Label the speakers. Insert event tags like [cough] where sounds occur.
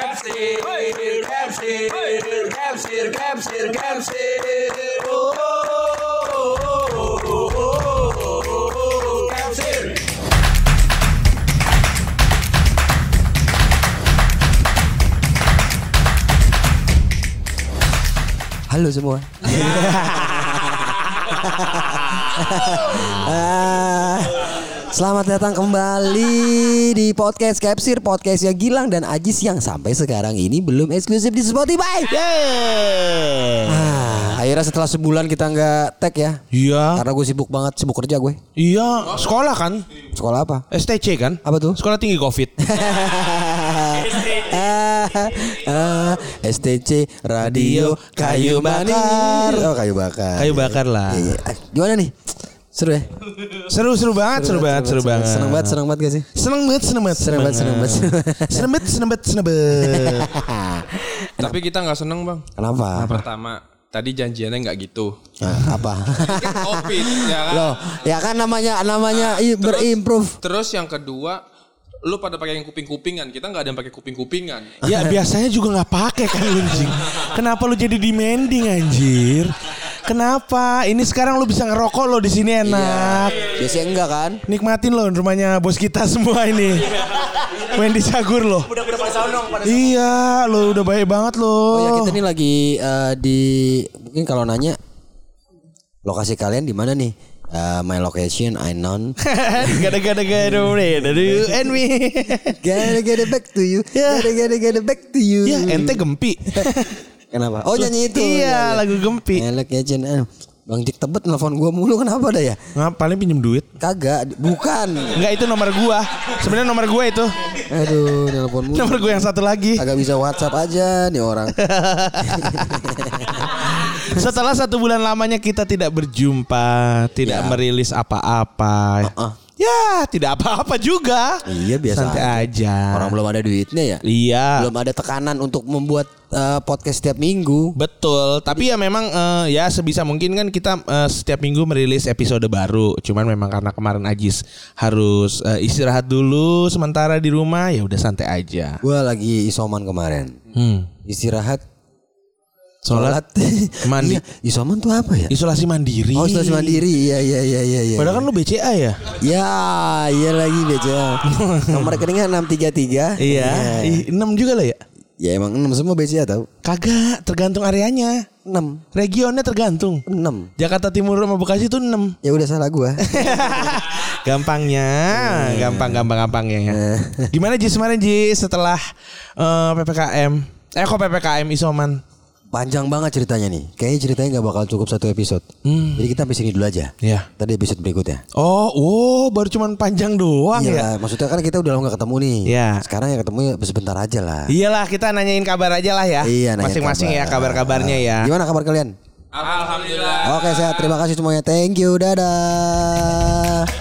Speaker 1: Kapsir, kapsir, kapsir, kapsir, kapsir. Oh, oh, oh, oh, oh, oh, oh, kapsir.
Speaker 2: Halo semua. [laughs] Ah, Selamat datang kembali di podcast Capsir podcastnya Gilang dan Ajis yang sampai sekarang ini belum eksklusif di Spotify.
Speaker 3: Eh.
Speaker 2: Ah, akhirnya setelah sebulan kita nggak tag ya,
Speaker 3: Iya,
Speaker 2: karena gue sibuk banget, sibuk kerja gue.
Speaker 3: iya, sekolah kan?
Speaker 2: Sekolah [laughs] apa?
Speaker 3: STC kan?
Speaker 2: Apa tuh?
Speaker 3: Sekolah tinggi Covid.
Speaker 2: Ah, ah, STC Radio Kayu Bakar. Oh kayu bakar.
Speaker 3: Kayu bakar lah.
Speaker 2: Iya, iya. Ah, Gimana nih? Seru ya?
Speaker 3: Seru seru banget, seru banget, seru banget.
Speaker 2: Seneng banget, seneng banget gak sih?
Speaker 3: Seneng banget, seneng banget,
Speaker 2: Seneng banget, seneng banget.
Speaker 3: seneng banget, seneng banget, seneng banget.
Speaker 4: Tapi kita nggak seneng bang.
Speaker 2: [laughs] Kenapa?
Speaker 4: Pertama, tadi janjiannya nggak gitu.
Speaker 2: Nah, apa? [laughs]
Speaker 4: Kan Covid ya kan.
Speaker 2: Loh, ya kan namanya namanya i-
Speaker 4: terus-
Speaker 2: berimprove.
Speaker 4: Terus yang kedua, lu pada pakai yang kuping-kupingan. Kita nggak ada yang pakai kuping-kupingan.
Speaker 3: Ya biasanya juga nggak pakai kan lu, anjing. Kenapa lu jadi demanding anjir? Kenapa? Ini sekarang lu bisa ngerokok lo di sini
Speaker 2: Iya.
Speaker 3: enak.
Speaker 2: Biasanya enggak kan?
Speaker 3: Nikmatin lo rumahnya bos kita semua ini. Main di Sagur lo. Udah udah pada Iya, lo udah baik banget lo.
Speaker 2: Oh, ya kita nih lagi eh, di mungkin kalau nanya lokasi kalian di mana nih? Eh, my location I known.
Speaker 3: [laughs] Gada gada gada gada you and me.
Speaker 2: [laughs] Gotta get it back to you. Gotta get it, get it back to you.
Speaker 3: Ya ente gempi.
Speaker 2: Kenapa? Oh nyanyi itu.
Speaker 3: Iya, lagu gempi.
Speaker 2: My location. I know. Bang Jack Tebet nelfon gua mulu kenapa dah ya?
Speaker 3: Nggak paling pinjem duit.
Speaker 2: Kagak, bukan.
Speaker 3: Enggak itu nomor gua. Sebenarnya nomor gua itu.
Speaker 2: Aduh, nelfon mulu.
Speaker 3: Nomor gua yang satu lagi.
Speaker 2: Agak bisa WhatsApp aja nih [laughs] orang.
Speaker 3: Setelah satu bulan lamanya kita tidak berjumpa, tidak
Speaker 2: Ya.
Speaker 3: merilis apa-apa.
Speaker 2: Uh-uh.
Speaker 3: Ya, tidak apa-apa juga.
Speaker 2: Iya, biasa
Speaker 3: Santai aja.
Speaker 2: Orang belum ada duitnya ya.
Speaker 3: Iya.
Speaker 2: Belum ada tekanan untuk membuat eh, podcast setiap minggu.
Speaker 3: Betul, tapi ya memang eh, ya sebisa mungkin kan kita eh, setiap minggu merilis episode baru. Cuman memang karena kemarin Ajis harus eh, istirahat dulu sementara di rumah ya udah santai aja.
Speaker 2: Gua lagi isoman kemarin.
Speaker 3: Hmm.
Speaker 2: Istirahat,
Speaker 3: Sholat,
Speaker 2: [laughs]
Speaker 3: mandi.
Speaker 2: Iya, isoman tuh apa ya?
Speaker 3: Isolasi mandiri.
Speaker 2: Oh, isolasi mandiri. Iya, iya, iya, iya, iya.
Speaker 3: Padahal kan lu BCA ya?
Speaker 2: Ya, iya lagi [laughs] BCA. Nomor rekeningnya 633. Iya.
Speaker 3: Ih, Enam juga lah ya?
Speaker 2: Ya emang 6 semua BCA tahu.
Speaker 3: Kagak, tergantung areanya.
Speaker 2: 6.
Speaker 3: Regionnya tergantung.
Speaker 2: 6.
Speaker 3: Jakarta Timur sama Bekasi itu 6.
Speaker 2: Ya udah salah [laughs] gua.
Speaker 3: [laughs] Gampangnya, gampang gampang gampangnya ya. Gimana Jis kemarin Jis setelah eh, PPKM? Eh kok PPKM isoman?
Speaker 2: Panjang banget ceritanya nih. Kayaknya ceritanya nggak bakal cukup satu episode. Jadi kita sampai sini dulu aja.
Speaker 3: Hmm. Iya.
Speaker 2: Tadi episode berikutnya.
Speaker 3: Oh, oh baru cuman panjang doang ya.
Speaker 2: Iya, maksudnya kan kita udah lama gak ketemu nih.
Speaker 3: Iya.
Speaker 2: Sekarang ya ketemu ya sebentar aja lah. Iya,
Speaker 3: Iyalah kita nanyain kabar aja lah ya.
Speaker 2: nanya
Speaker 3: Masing-masing ya kabar-kabarnya ya. Ah.
Speaker 2: Gimana kabar kalian?
Speaker 4: Alhamdulillah.
Speaker 2: Oke, sehat. Terima kasih semuanya. Thank you. Dadah.